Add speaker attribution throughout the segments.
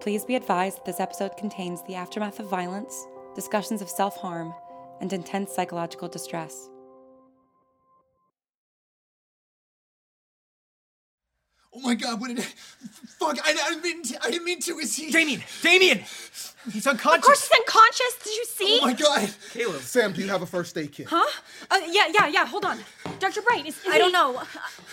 Speaker 1: Please be advised that this episode contains the aftermath of violence, discussions of self harm, and intense psychological distress.
Speaker 2: Oh my god, what did I, fuck, I, I didn't mean to, I didn't mean to, is he?
Speaker 3: Damien! Damien! He's
Speaker 4: Of course,
Speaker 3: unconscious!
Speaker 4: he's unconscious. Did you see?
Speaker 2: Oh my god.
Speaker 3: Caleb.
Speaker 5: Sam, do you have a first aid kit?
Speaker 4: Huh? Uh, yeah, yeah, yeah. Hold on, Doctor Bright. Is,
Speaker 6: I don't know.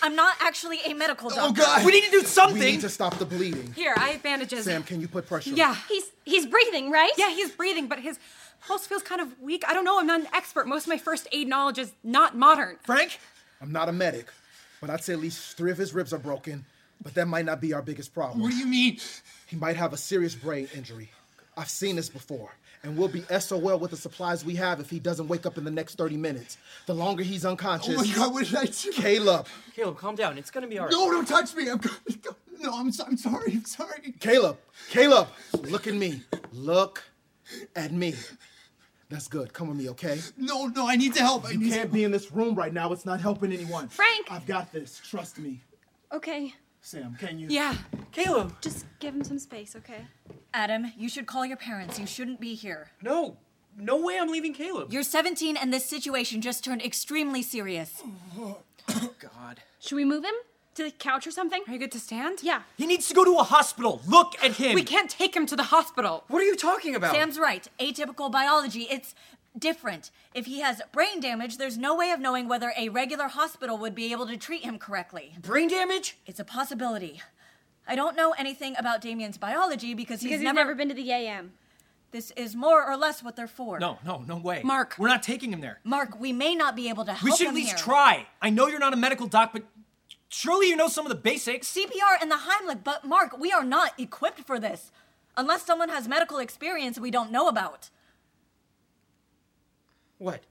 Speaker 6: I'm not actually a medical doctor.
Speaker 2: Oh god.
Speaker 3: We need to do
Speaker 5: We
Speaker 3: something!
Speaker 5: need to stop the bleeding.
Speaker 1: Here, I have bandages.
Speaker 5: Sam, can you put pressure?
Speaker 1: Yeah.
Speaker 4: He's he's breathing, right?
Speaker 1: Yeah, he's breathing, but his pulse feels kind of weak. I don't know. I'm not an expert. Most of my first aid knowledge is not modern.
Speaker 3: Frank?
Speaker 5: I'm not a medic, but I'd say at least three of his ribs are broken, but that might not be our biggest problem.
Speaker 2: What do you mean?
Speaker 5: He might have a serious brain injury. I've seen this before. And we'll be SOL with the supplies we have if he doesn't wake up in the next 30 minutes. The longer he's
Speaker 2: Oh
Speaker 5: unconscious.
Speaker 2: my god, what did I do?
Speaker 5: Caleb,
Speaker 3: Caleb, calm down. It's gonna be alright.
Speaker 2: No, don't touch me. I'm go- no, I'm, so- I'm sorry. I'm sorry.
Speaker 5: Caleb, Caleb, look at me. Look at me. That's good. Come with me, okay?
Speaker 2: No, no, I need to help. I
Speaker 7: You
Speaker 2: need
Speaker 7: can't
Speaker 2: to-
Speaker 7: be in this room right now. It's not helping anyone.
Speaker 4: Frank!
Speaker 7: I've got this. Trust me.
Speaker 4: Okay.
Speaker 7: Sam, can you?
Speaker 1: Yeah.
Speaker 3: Caleb!
Speaker 4: Just give him some space, okay?
Speaker 6: Adam, you should call your parents. You shouldn't be here.
Speaker 3: No! No way I'm leaving Caleb!
Speaker 6: You're 17 and this situation just turned extremely serious.
Speaker 3: God.
Speaker 4: Should we move him to the couch or something?
Speaker 1: Are you good to stand?
Speaker 4: Yeah.
Speaker 3: He needs to go to a hospital! Look at him!
Speaker 1: We can't take him to the hospital.
Speaker 3: What are you talking about?
Speaker 6: Sam's right. Atypical biology, it's different. If he has brain damage, there's no way of knowing whether a regular hospital would be able to treat him correctly.
Speaker 3: brain damage?
Speaker 6: It's a possibility. I don't know anything about Damien's biology because he's,
Speaker 4: Because he's never,
Speaker 6: never,
Speaker 4: been to the AM.
Speaker 6: This is more or less what they're for.
Speaker 3: No, no, no way.
Speaker 1: Mark.
Speaker 3: We're not taking him there.
Speaker 6: Mark, we may not be able to help
Speaker 3: We should
Speaker 6: him
Speaker 3: at least
Speaker 6: here.
Speaker 3: try. I know you're not a medical doc, but surely you know some of the basics.
Speaker 6: CPR and the Heimlich, but Mark, we are not equipped for this. Unless someone has medical experience we don't know about.
Speaker 3: What?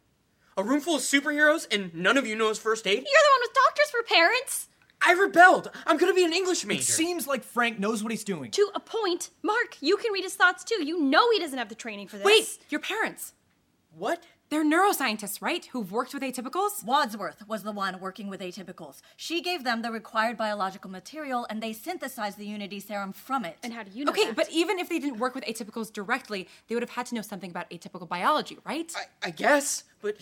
Speaker 3: A room full of superheroes and none of you knows first aid?
Speaker 4: You're the one with doctors for parents.
Speaker 3: I rebelled. I'm gonna be an English major. It seems like Frank knows what he's doing.
Speaker 4: To a point, Mark. You can read his thoughts too. You know he doesn't have the training for this.
Speaker 1: Wait, your parents.
Speaker 3: What?
Speaker 1: They're neuroscientists, right? Who've worked with atypicals?
Speaker 6: Wadsworth was the one working with atypicals. She gave them the required biological material and they synthesized the unity serum from it.
Speaker 4: And how do you know?
Speaker 1: okay,
Speaker 4: that?
Speaker 1: but even if they didn't work with atypicals directly, they would have had to know something about atypical biology, right?
Speaker 3: I guess, but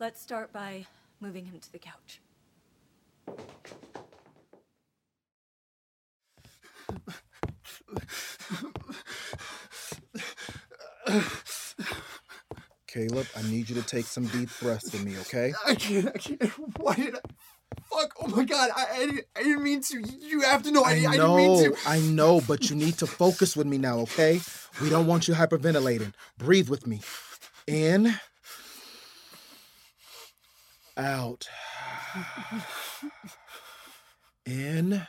Speaker 6: Let's start by moving him to the couch.
Speaker 5: Caleb, I need you to take some deep breaths with me, okay?
Speaker 2: I can't. I can't. Why did I? Fuck. Oh my god. I, I, didn't, I didn't mean to. You have to know. I,
Speaker 5: I
Speaker 2: I didn't mean
Speaker 5: know,
Speaker 2: to.
Speaker 5: I know, but you need to focus with me now, okay? We don't want you hyperventilating. Breathe with me. In. Out. In.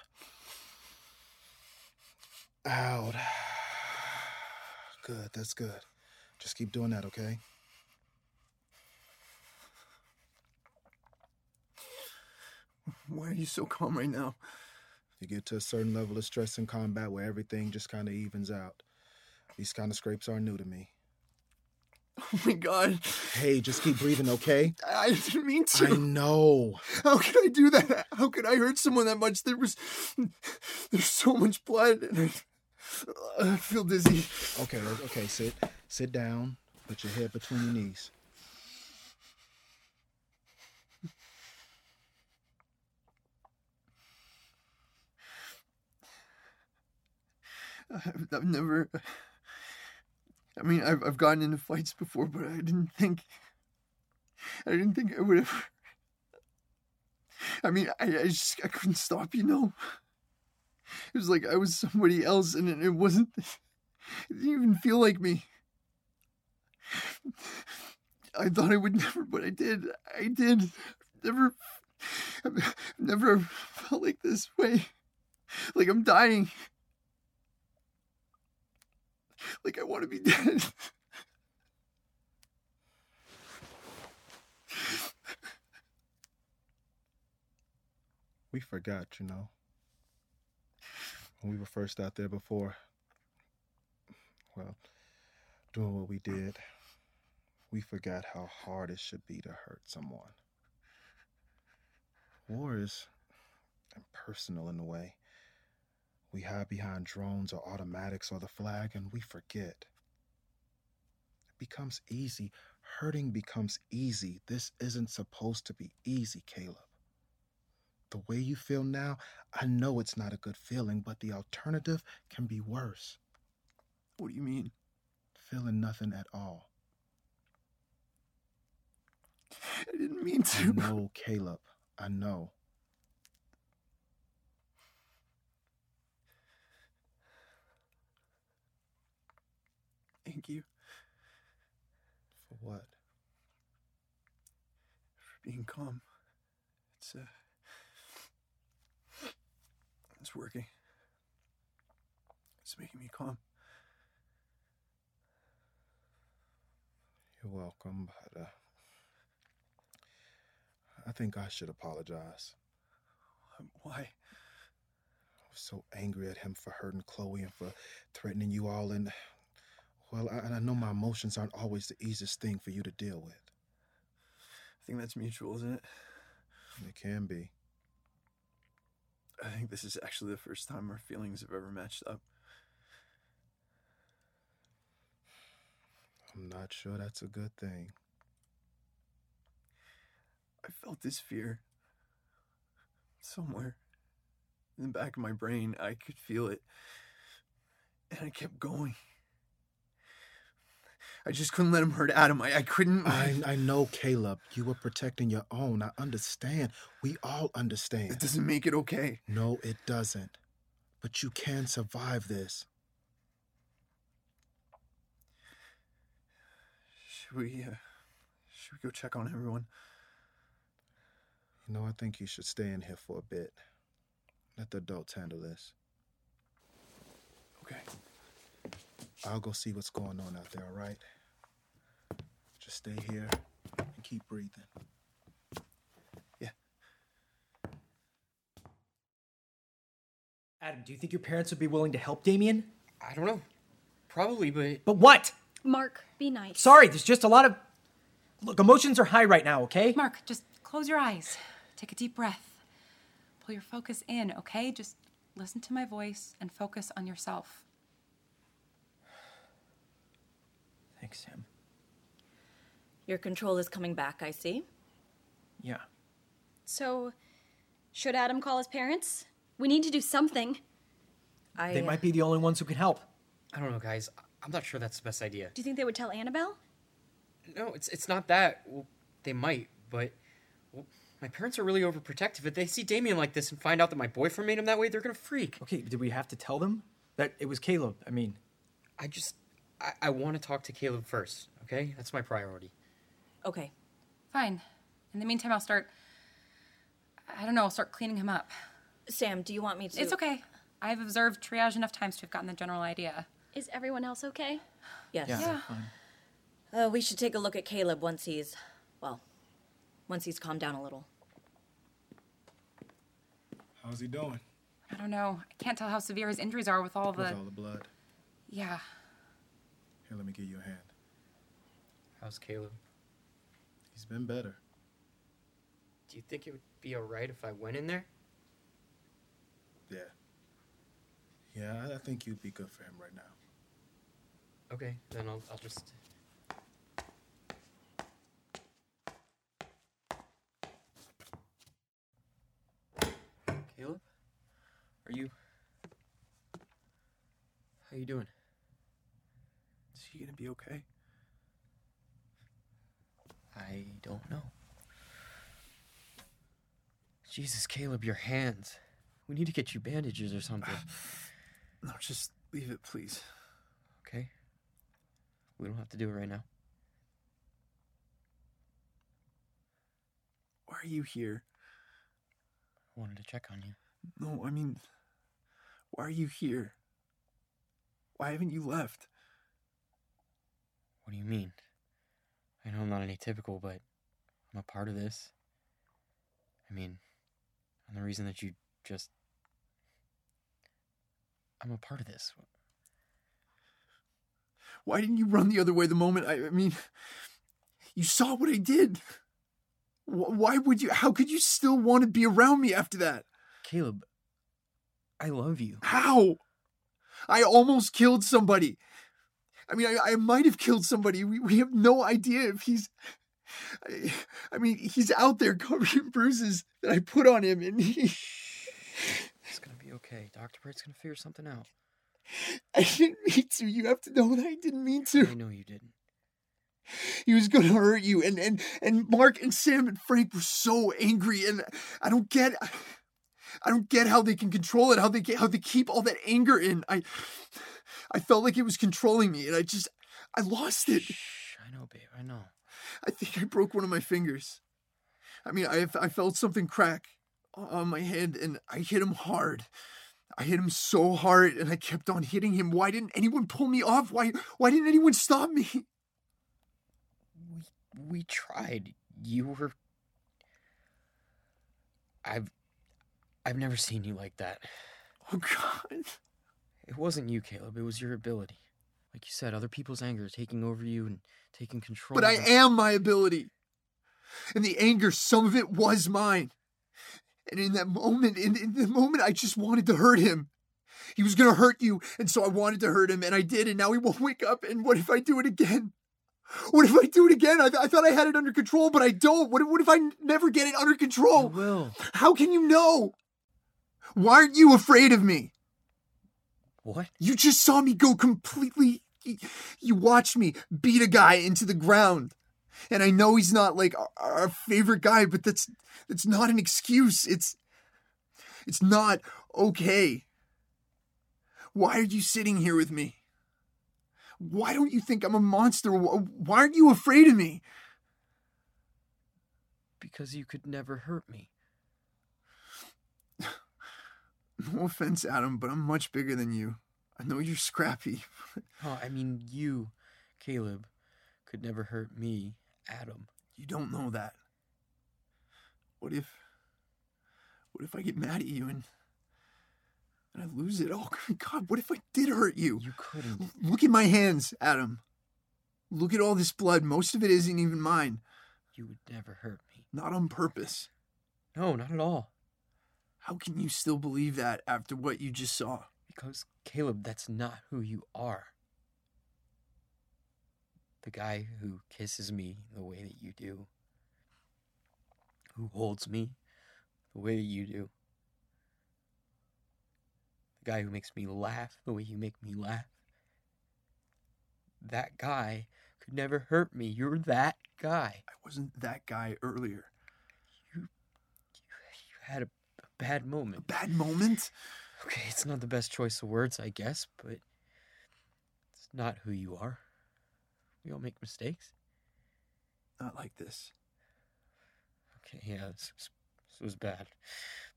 Speaker 5: Out. Good, that's good. Just keep doing that, okay?
Speaker 2: Why are you so calm right now?
Speaker 5: You get to a certain level of stress in combat where everything just kind of evens out. These kind of scrapes are new to me.
Speaker 2: Oh my god.
Speaker 5: Hey, just keep breathing, okay?
Speaker 2: I, I didn't mean to.
Speaker 5: I know.
Speaker 2: How could I do that? How could I hurt someone that much? There was, there's so much blood, and I, I feel dizzy.
Speaker 5: Okay, o- okay, sit. Sit down. Put your head between your knees.
Speaker 2: I've, I've never. I mean, I've I've gotten into fights before, but I didn't think. I didn't think I would ever. I mean, I, I just I couldn't stop, you know. It was like I was somebody else, and it, it wasn't. It didn't even feel like me. I thought I would never, but I did. I did. Never. I've never felt like this way. Like I'm dying. Like I want to be dead.
Speaker 5: We forgot, you know. When we were first out there before, well, doing what we did, we forgot how hard it should be to hurt someone. War is impersonal in a way. We hide behind drones or automatics or the flag and we forget. It becomes easy. Hurting becomes easy. This isn't supposed to be easy, Caleb. The way you feel now, I know it's not a good feeling, but the alternative can be worse
Speaker 2: What do you mean?
Speaker 5: feeling nothing at all.
Speaker 2: I didn't mean
Speaker 5: I
Speaker 2: to.
Speaker 5: know, Caleb. I know.
Speaker 2: Thank you
Speaker 5: For what?
Speaker 2: for being calm. It's uh, it's working. It's making me calm.
Speaker 5: You're welcome, but uh, I think I should apologize.
Speaker 2: Um, Why?
Speaker 5: I was so angry at him for hurting Chloe and for threatening you all, and well, I, and I know my emotions aren't always the easiest thing for you to deal with.
Speaker 2: I think that's mutual, isn't it?
Speaker 5: It can be.
Speaker 2: I think this is actually the first time our feelings have ever matched up.
Speaker 5: I'm not sure that's a good thing.
Speaker 2: I felt this fear somewhere in the back of my brain. I could feel it. And I kept going. I just couldn't let him hurt Adam. I, I couldn't.
Speaker 5: I, I know, Caleb. You were protecting your own. I understand. We all understand.
Speaker 2: It doesn't make it okay.
Speaker 5: No, it doesn't. But you can survive this.
Speaker 2: Should we, uh, should we go check on everyone?
Speaker 5: You know, I think you should stay in here for a bit. Let the adults handle this.
Speaker 2: Okay.
Speaker 5: I'll go see what's going on out there, all right? Just stay here and keep breathing.
Speaker 3: Adam, do you think your parents would be willing to help Damien?
Speaker 8: I don't know. Probably, but
Speaker 3: But what?
Speaker 4: Mark, be nice.
Speaker 3: Sorry, there's just a lot of. Look, emotions are high right now, okay?
Speaker 1: Mark, just close your eyes. Take a deep breath. Pull your focus in, okay? Just listen to my voice and focus on yourself.
Speaker 3: Thanks, Sam.
Speaker 6: Your control is coming back, I see.
Speaker 3: Yeah.
Speaker 4: So, should Adam call his parents? We need to do something.
Speaker 6: I
Speaker 3: They might be the only ones who can help.
Speaker 8: I don't know, guys. I- I'm not sure that's the best idea.
Speaker 4: Do you think they would tell Annabelle?
Speaker 8: No, it's it's not that. Well, they might, but well, my parents are really overprotective. If they see Damien like this and find out that my boyfriend made him that way, they're gonna freak.
Speaker 3: Okay, did we have to tell them? That it was Caleb. I mean,
Speaker 8: I just I, I want to talk to Caleb first. Okay, that's my priority.
Speaker 6: Okay.
Speaker 1: Fine. In the meantime, I'll start. I don't know, I'll start cleaning him up.
Speaker 6: Sam, do you want me to
Speaker 1: It's okay. I've observed triage enough times to have gotten the general idea.
Speaker 4: Is everyone else okay?
Speaker 6: Yes.
Speaker 3: yeah, they're fine.
Speaker 6: Uh, we should take a look at Caleb once he's, well, once he's calmed down a little.
Speaker 5: How's he doing?
Speaker 1: I don't know. I can't tell how severe his injuries are with all
Speaker 5: With
Speaker 1: the.
Speaker 5: all the blood.
Speaker 1: Yeah.
Speaker 5: Here, let me give you a hand.
Speaker 8: How's Caleb?
Speaker 5: He's been better.
Speaker 8: Do you think it would be alright if I went in there?
Speaker 5: Yeah. Yeah, I- I think you'd be good for him right now.
Speaker 8: Okay, then I'll I'll just. Caleb, are you? How you doing?
Speaker 2: Is he gonna be okay?
Speaker 8: I don't know. Jesus, Caleb, your hands. We need to get you bandages or something.
Speaker 2: No, just leave it, please.
Speaker 8: Okay. We don't have to do it right now.
Speaker 2: Why are you here?
Speaker 8: I wanted to check on you.
Speaker 2: No, I mean, why are you here? Why haven't you left?
Speaker 8: What do you mean? I know I'm not any typical, but I'm a part of this. I mean, I'm the reason that you just. I'm a part of this.
Speaker 2: Why didn't you run the other way the moment? I, I mean, you saw what I did. Wh- Why would you? How could you still want to be around me after that?
Speaker 8: Caleb, I love you.
Speaker 2: How? I almost killed somebody. I mean, I, I might have killed somebody. We, we have no idea if he's. I, I mean, he's out there covered in bruises that I put on him, and he.
Speaker 8: It's gonna be okay. Dr. Bright's gonna figure something out.
Speaker 2: I didn't mean to. You have to know that I didn't mean
Speaker 8: I
Speaker 2: to.
Speaker 8: know you didn't.
Speaker 2: He was gonna hurt you, and and and Mark and Sam and Frank were so angry, and I don't get. I don't get how they can control it. How they get, how they keep all that anger in. I, I felt like it was controlling me, and I just, I lost it.
Speaker 8: Shh, I know, babe. I know.
Speaker 2: I think I broke one of my fingers. I mean, I, I felt something crack on my hand and I hit him hard. I hit him so hard and I kept on hitting him. Why didn't anyone pull me off? Why why didn't anyone stop me?
Speaker 8: We tried. You were. I've. I've never seen you like that.
Speaker 2: Oh god.
Speaker 8: It wasn't you, Caleb. It was your ability. Like you said, other people's anger taking over you and taking control.
Speaker 2: But I
Speaker 8: and-
Speaker 2: am my ability. And the anger, some of it was mine. And in that moment, in, in the moment, I just wanted to hurt him. He was going to hurt you, and so I wanted to hurt him, and I did, and now he won't wake up. And what if I do it again? What if I do it again? I, th- I thought I had it under control, but I don't. What if, what if I n- never get it under
Speaker 8: You
Speaker 2: control?
Speaker 8: will.
Speaker 2: How can you know? Why aren't you afraid of me?
Speaker 8: What?
Speaker 2: You just saw me go completely. y- You watched me beat a guy into the ground, and I know he's not like our, our favorite guy, but that's that's not an excuse. It's it's not okay. Why are you sitting here with me? Why don't you think I'm a monster? Wh- Why aren't you afraid of me?
Speaker 8: Because you could never hurt me.
Speaker 2: No offense, Adam, but I'm much bigger than you. I know you're scrappy.
Speaker 8: Oh, I mean, you, Caleb, could never hurt me, Adam.
Speaker 2: You don't know that. What if what if I get mad at you and and I lose it? Oh my god, what if I did hurt you?
Speaker 8: You couldn't.
Speaker 2: L- Look at my hands, Adam. Look at all this blood. Most of it isn't even mine.
Speaker 8: You would never hurt me.
Speaker 2: Not on purpose.
Speaker 8: No, not at all.
Speaker 2: How can you still believe that after what you just saw?
Speaker 8: Because, Caleb, that's not who you are. The guy who kisses me the way that you do, who holds me the way that you do, the guy who makes me laugh the way you make me laugh. That guy could never hurt me. You're that guy.
Speaker 2: I wasn't that guy earlier.
Speaker 8: You had a, a bad
Speaker 2: A
Speaker 8: moment.
Speaker 2: bad moment?
Speaker 8: Okay, it's not the best choice of words, I guess, but it's not who you are. We all make mistakes.
Speaker 2: Not like this.
Speaker 8: Okay, yeah, this was, this was bad.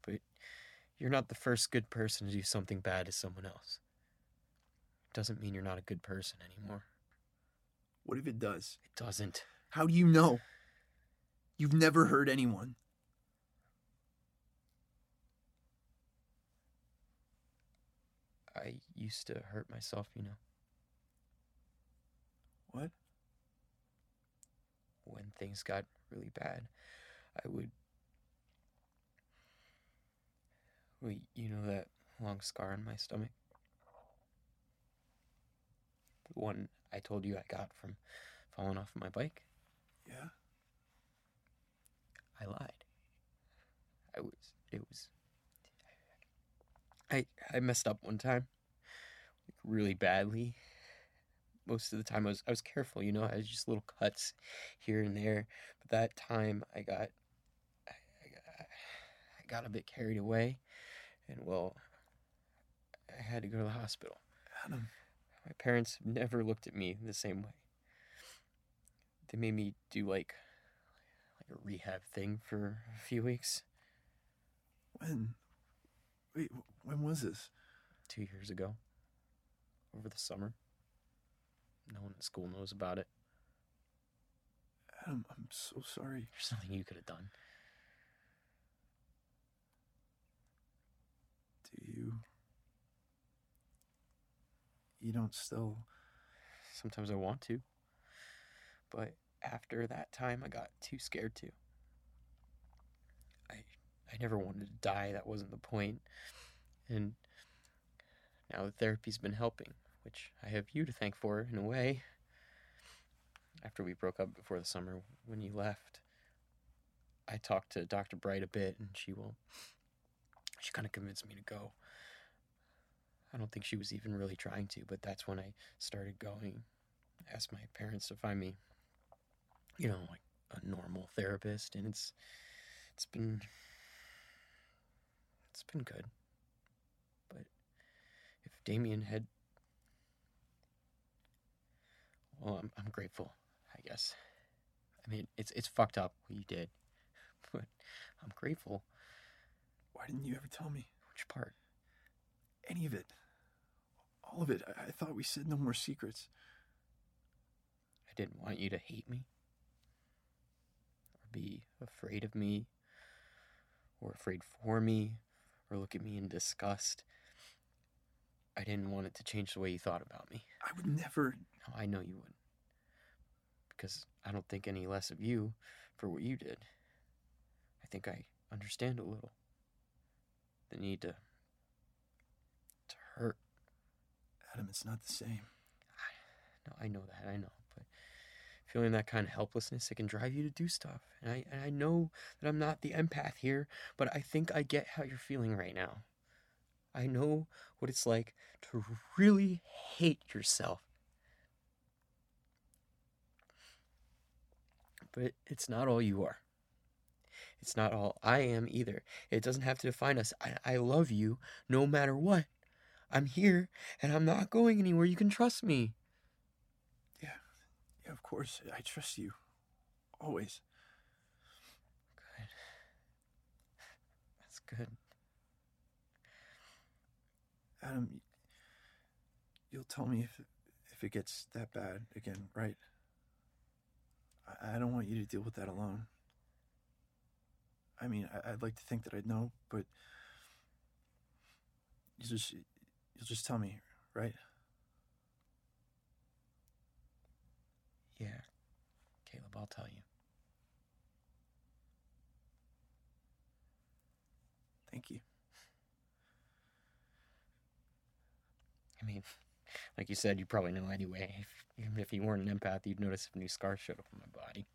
Speaker 8: But you're not the first good person to do something bad to someone else. It doesn't mean you're not a good person anymore.
Speaker 2: What if it does?
Speaker 8: It doesn't.
Speaker 2: How do you know? You've never hurt anyone.
Speaker 8: I used to hurt myself, you know,
Speaker 2: What?
Speaker 8: when things got really bad. I would. Wait, you know that long scar on my stomach? The one I told you I got from falling off my bike?
Speaker 2: Yeah.
Speaker 8: I lied. I was. It was. I I messed up one time, like, really badly. Most of the time, I was I was careful. You know, I was just little cuts here and there. But that time, I got. I, I, got- I got a bit carried away, and well, I had to go to the hospital.
Speaker 2: Adam.
Speaker 8: My parents have never looked at me the same way. They made me do like like a rehab thing for a few weeks,
Speaker 2: When? Wait, wh- when was this?
Speaker 8: two years ago, over the summer. No one at school knows about it.
Speaker 2: Adam, I'm so sorry.
Speaker 8: There's nothing you could have done.
Speaker 2: Do you. You don't still.
Speaker 8: Sometimes I want to. But after that time, I got too scared to. I I never wanted to die. That wasn't the point. And Now the therapy's been helping, which I have you to thank for in a way. After we broke up before the summer, when you left, I talked to Dr. Bright a bit, and she will. She kind of convinced me to go. I don't think she was even really trying to, but that's when I started going. I asked my parents to find me, you know, like a normal therapist, and it's it's been it's been good. But if Damien had well, I'm, I'm grateful, I guess. I mean, it's it's fucked up what you did, but I'm grateful.
Speaker 2: Why didn't you ever tell me
Speaker 8: Which part?
Speaker 2: any of it? All of it. I, I thought we said no more secrets.
Speaker 8: I didn't want you to hate me or be afraid of me or afraid for me or look at me in disgust. I didn't want it to change the way you thought about me.
Speaker 2: I would never.
Speaker 8: No, I know you wouldn't. Because I don't think any less of you for what you did. I think I understand a little. The need to to hurt.
Speaker 2: Adam, it's not the same.
Speaker 8: No, I know that, I know, but feeling that kind of helplessness, it can drive you to do stuff. And I and I know that I'm not the empath here, but I think I get how you're feeling right now. I know what it's like to really hate yourself. But it's not all you are. It's not all I am either. It doesn't have to define us. I, I love you no matter what. I'm here and I'm not going anywhere. You can trust me.
Speaker 2: Yeah, of course. I trust you. Always.
Speaker 8: Good. That's good.
Speaker 2: Adam, y- you'll tell me if if it gets that bad again, right? I, I don't want you to deal with that alone. I mean, I, I'd like to think that I'd know, but you just you'll just tell me, right?
Speaker 8: Yeah. Caleb, I'll tell you.
Speaker 2: Thank you.
Speaker 8: I mean, like you said, you probably know anyway. If, even if you weren't an empath, you'd notice if a new scar showed up on my body.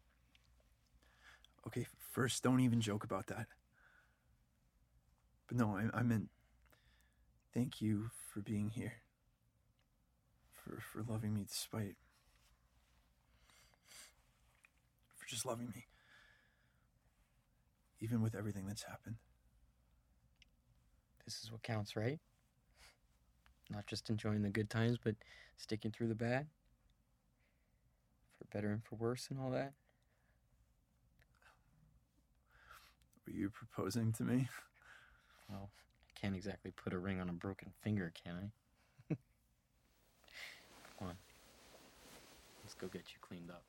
Speaker 2: Okay, f- first, don't even joke about that. But no, I, I meant thank you for being here. For, for loving me despite. For just loving me. Even with everything that's happened.
Speaker 8: This is what counts, right? Not just enjoying the good times, but sticking through the bad. For better and for worse and all that.
Speaker 2: Were you proposing to me?
Speaker 8: Well, I can't exactly put a ring on a broken finger, can I? Come on. Let's go get you cleaned up.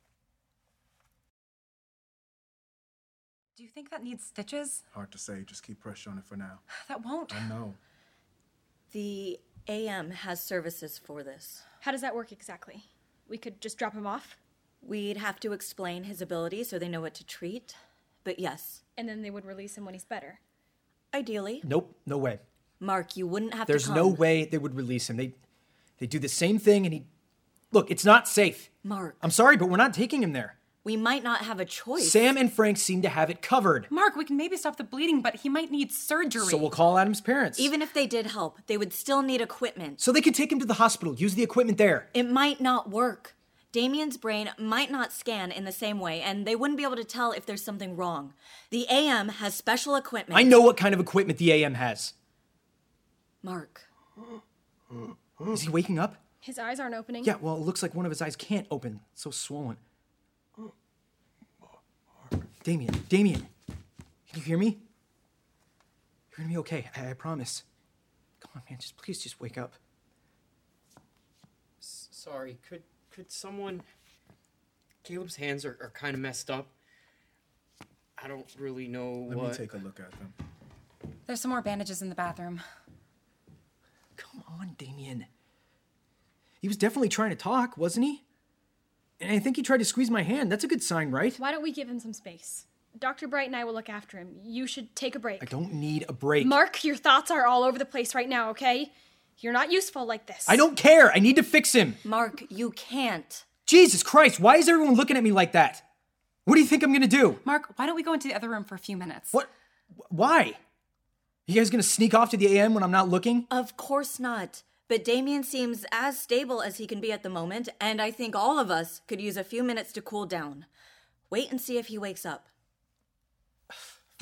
Speaker 1: Do you think that needs stitches?
Speaker 7: Hard to say. Just keep pressure on it for now.
Speaker 1: That won't.
Speaker 7: I know.
Speaker 6: The AM has services for this.
Speaker 4: How does that work exactly? We could just drop him off,
Speaker 6: We'd have to explain his ability so they know what to treat. But yes,
Speaker 4: and then they would release him when he's better.
Speaker 6: ideally,
Speaker 3: Nope, no way.
Speaker 6: Mark, you wouldn't have
Speaker 3: There's
Speaker 6: to come.
Speaker 3: no way they would release him. They they do the same thing and he Look, it's not safe.
Speaker 6: Mark,
Speaker 3: I'm sorry, but we're not taking him there.
Speaker 6: we might not have a choice.
Speaker 3: Sam and Frank seem to have it covered.
Speaker 1: Mark, we can maybe stop the bleeding, but he might need surgery.
Speaker 3: So we'll call Adam's parents.
Speaker 6: Even if they did help, they would still need equipment.
Speaker 3: so they could take him to the hospital, use the equipment there.
Speaker 6: It might not work. Damien's brain might not scan in the same way, and they wouldn't be able to tell if there's something wrong. The AM has special equipment.
Speaker 3: I know what kind of equipment the AM has.
Speaker 6: Mark,
Speaker 3: Is he waking up?
Speaker 4: His eyes aren't opening.
Speaker 3: Yeah, well, it looks like one of his eyes can't open. It's so swollen. Damien, Damien, can you hear me? You're gonna be okay, I, I promise. Come on, man, just please just wake up.
Speaker 8: Sorry, could could someone Caleb's hands are, are kind of messed up. I don't really know
Speaker 7: Let
Speaker 8: what
Speaker 7: me take a look at them.
Speaker 1: There's some more bandages in the bathroom.
Speaker 3: Come on, Damien. He was definitely trying to talk, wasn't he? And I think he tried to squeeze my hand. That's a good sign, right?
Speaker 4: Why don't we give him some space? Dr. Bright and I will look after him. You should take a break.
Speaker 3: I don't need a break.
Speaker 4: Mark, your thoughts are all over the place right now, okay? You're not useful like this.
Speaker 3: I don't care. I need to fix him.
Speaker 6: Mark, you can't.
Speaker 3: Jesus Christ, why is everyone looking at me like that? What do you think I'm gonna do?
Speaker 1: Mark, why don't we go into the other room for a few minutes?
Speaker 3: What? wh- Why? You guys gonna sneak off to the AM when I'm not looking?
Speaker 6: Of course not. But Damien seems as stable as he can be at the moment, and I think all of us could use a few minutes to cool down. Wait and see if he wakes up.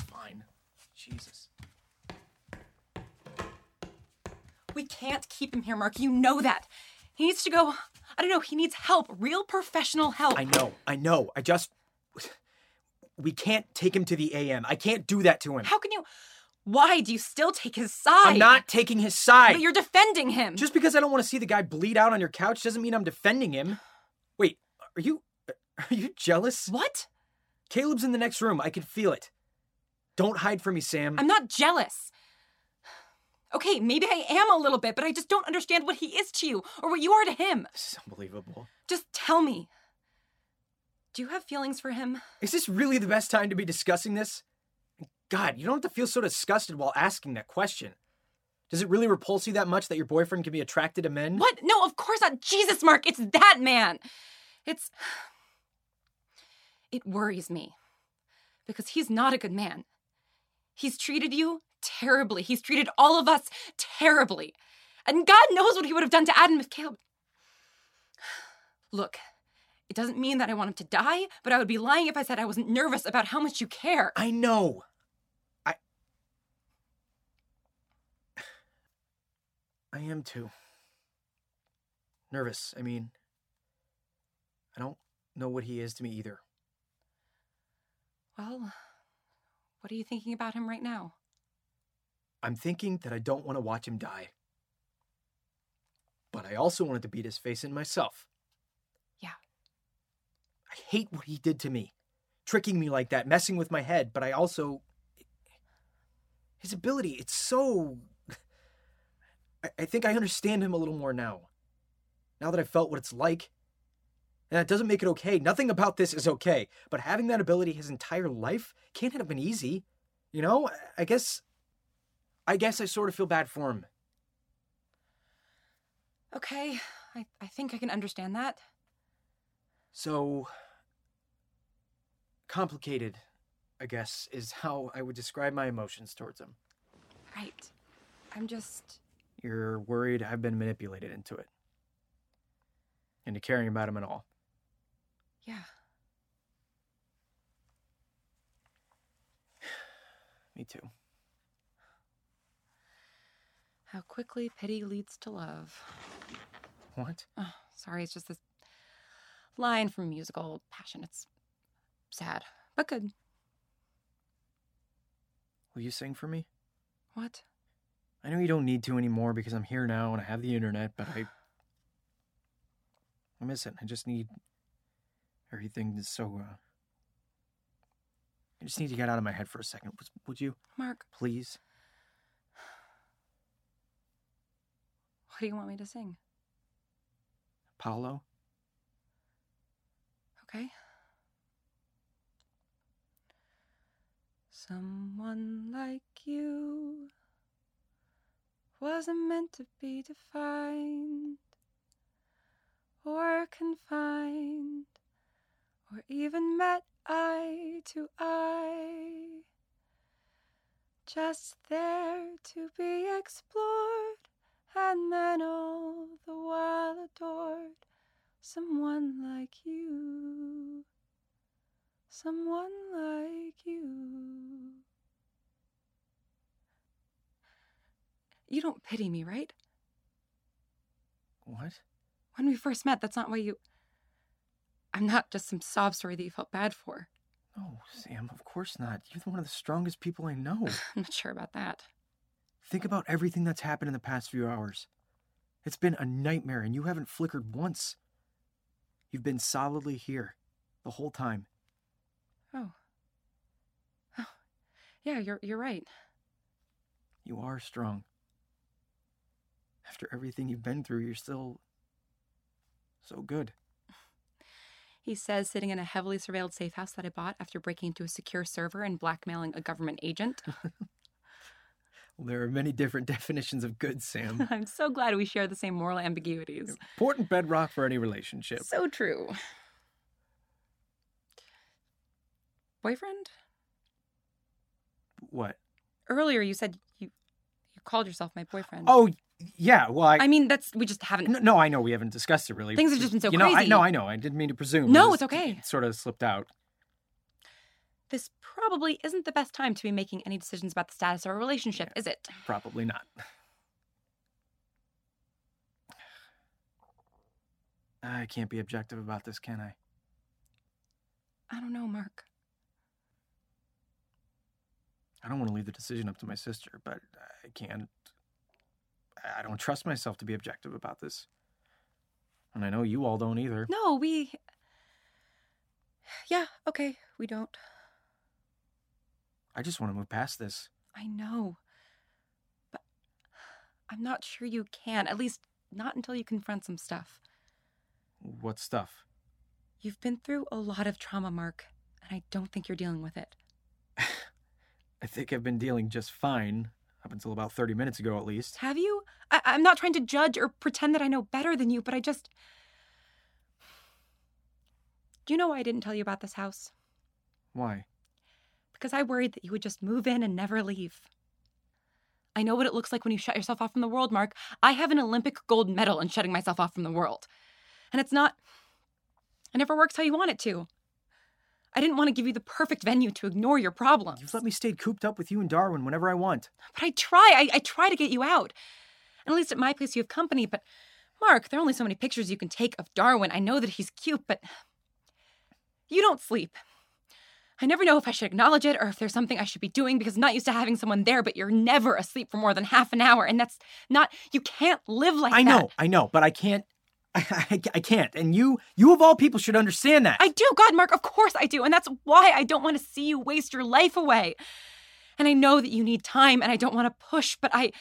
Speaker 3: Fine. Jesus.
Speaker 1: We can't keep him here, Mark. You know that. He needs to go. I don't know. He needs help. Real professional help.
Speaker 3: I know, I know. I just. We can't take him to the AM. I can't do that to him.
Speaker 1: How can you? Why do you still take his side?
Speaker 3: I'm not taking his side.
Speaker 1: But you're defending him.
Speaker 3: Just because I don't want to see the guy bleed out on your couch doesn't mean I'm defending him. Wait, are you are you jealous?
Speaker 1: what?
Speaker 3: Caleb's in the next room. I can feel it. Don't hide from me, Sam.
Speaker 1: I'm not jealous. Okay, maybe I am a little bit, but I just don't understand what he is to you or what you are to him.
Speaker 3: This is unbelievable.
Speaker 1: Just tell me. Do you have feelings for him?
Speaker 3: Is this really the best time to be discussing this? God, you don't have to feel so disgusted while asking that question. Does it really repulse you that much that your boyfriend can be attracted to men?
Speaker 1: What? No, of course not. Jesus, Mark, it's that man. It's. It worries me because he's not a good man. He's treated you terribly. He's treated all of us terribly. And God knows what he would have done to Adam if Caleb. Look, it doesn't mean that I want him to die, but I would be lying if I said I wasn't nervous about how much you care.
Speaker 3: I know. I I am too. Nervous. I mean, I don't know what he is to me either.
Speaker 1: Well, what are you thinking about him right now?
Speaker 3: I'm thinking that I don't want to watch him die. But I also wanted to beat his face in myself.
Speaker 1: Yeah.
Speaker 3: I hate what he did to me, tricking me like that, messing with my head, but I also. His ability, it's so. I, I think I understand him a little more now. Now that I've felt what it's like. And that doesn't make it okay. Nothing about this is okay. But having that ability his entire life can't have been easy. You know, I- I guess. I guess I sort of feel bad for him.
Speaker 1: Okay, I, I think I can understand that.
Speaker 3: So complicated, I guess, is how I would describe my emotions towards him.
Speaker 1: Right. I'm just.
Speaker 3: You're worried I've been manipulated into it. Into caring about him and all.
Speaker 1: Yeah.
Speaker 3: Me too.
Speaker 1: How quickly pity leads to love.
Speaker 3: What?
Speaker 1: Oh, sorry, it's just this line from a musical Passion. It's sad, but good.
Speaker 3: Will you sing for me?
Speaker 1: What?
Speaker 3: I know you don't need to anymore because I'm here now and I have the internet, but I I miss it. I just need everything is so uh I just need to get out of my head for a second. Would- Would you
Speaker 1: Mark,
Speaker 3: please?
Speaker 1: what do you want me to sing?
Speaker 3: Paolo?
Speaker 1: Okay. Someone like you wasn't meant to be defined or confined or even met eye to eye. Just there to be explored and then all the while adored someone like you, someone like you. You don't pity me, right?
Speaker 3: What?
Speaker 1: When we first met, that's not why you. I'm not just some sob story that you felt bad for.
Speaker 3: No, Sam, of course not. You're one of the strongest people I know.
Speaker 1: I'm not sure about that.
Speaker 3: Think about everything that's happened in the past few hours. It's been a nightmare, and you haven't flickered once. You've been solidly here the whole time.
Speaker 1: Oh. Oh. Yeah, you're, you're right.
Speaker 3: You are strong. After everything you've been through, you're still so good.
Speaker 1: He says, sitting in a heavily surveilled safe house that I bought after breaking into a secure server and blackmailing a government agent.
Speaker 3: Well, there are many different definitions of good, Sam.
Speaker 1: I'm so glad we share the same moral ambiguities.
Speaker 3: Important bedrock for any relationship.
Speaker 1: So true. Boyfriend?
Speaker 3: What?
Speaker 1: Earlier you said you you called yourself my boyfriend.
Speaker 3: Oh, yeah. Well, I.
Speaker 1: I mean that's we just haven't
Speaker 3: no, no, I know we haven't discussed it really.
Speaker 1: Things have just been so
Speaker 3: you know, I
Speaker 1: crazy.
Speaker 3: know, I know. I didn't mean to presume.
Speaker 1: No,
Speaker 3: It
Speaker 1: it's okay.
Speaker 3: it sort of slipped out.
Speaker 1: This probably isn't the best time to be making any decisions about the status of our relationship, is it?
Speaker 3: Probably not. I can't be objective about this, can I?
Speaker 1: I don't know, Mark.
Speaker 3: I don't want to leave the decision up to my sister, but I can't. I- I don't trust myself to be objective about this. And I know you all don't either.
Speaker 1: No, we Yeah, okay, we don't.
Speaker 3: I just want to move past this.
Speaker 1: I know. But I'm not sure you can, at least not until you confront some stuff.
Speaker 3: What stuff?
Speaker 1: You've been through a lot of trauma, Mark, and I don't think you're dealing with it.
Speaker 3: I think I've been dealing just fine, up until about 30 minutes ago at least.
Speaker 1: Have you? I- I'm not trying to judge or pretend that I know better than you, but I just. Do you know why I didn't tell you about this house?
Speaker 3: Why?
Speaker 1: Because I worried that you would just move in and never leave. I know what it looks like when you shut yourself off from the world, Mark. I have an Olympic gold medal in shutting myself off from the world. And it's not. It never works how you want it to. I didn't want to give you the perfect venue to ignore your problems.
Speaker 3: You've let me stay cooped up with you and Darwin whenever I want.
Speaker 1: But I try. I, I try to get you out. And at least at my place, you have company. But Mark, there are only so many pictures you can take of Darwin. I know that he's cute, but you don't sleep. I never know if I should acknowledge it or if there's something I should be doing because I'm not used to having someone there, but you're never asleep for more than half an hour. And that's not, you can't live like
Speaker 3: I
Speaker 1: that.
Speaker 3: know, I know, but I can't. I, I can't. And you, you of all people, should understand that.
Speaker 1: I do, God, Mark, of course I do. And that's why I don't want to see you waste your life away. And I know that you need time and I don't want to push, but I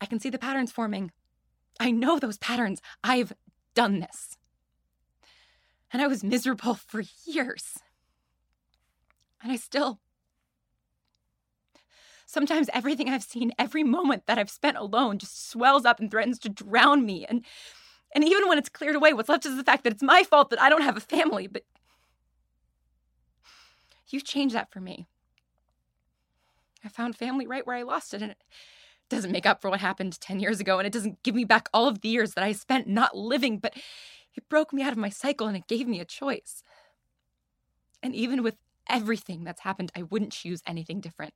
Speaker 1: I can see the patterns forming. I know those patterns. I've done this. And I was miserable for years. And I still Sometimes everything I've seen, every moment that I've spent alone just swells up and threatens to drown me. And and even when it's cleared away, what's left is the fact that it's my fault that I don't have a family, but you changed that for me. I found family right where I lost it, and it doesn't make up for what happened 10 years ago, and it doesn't give me back all of the years that I spent not living, but it broke me out of my cycle and it gave me a choice. And even with everything that's happened, I wouldn't choose anything different.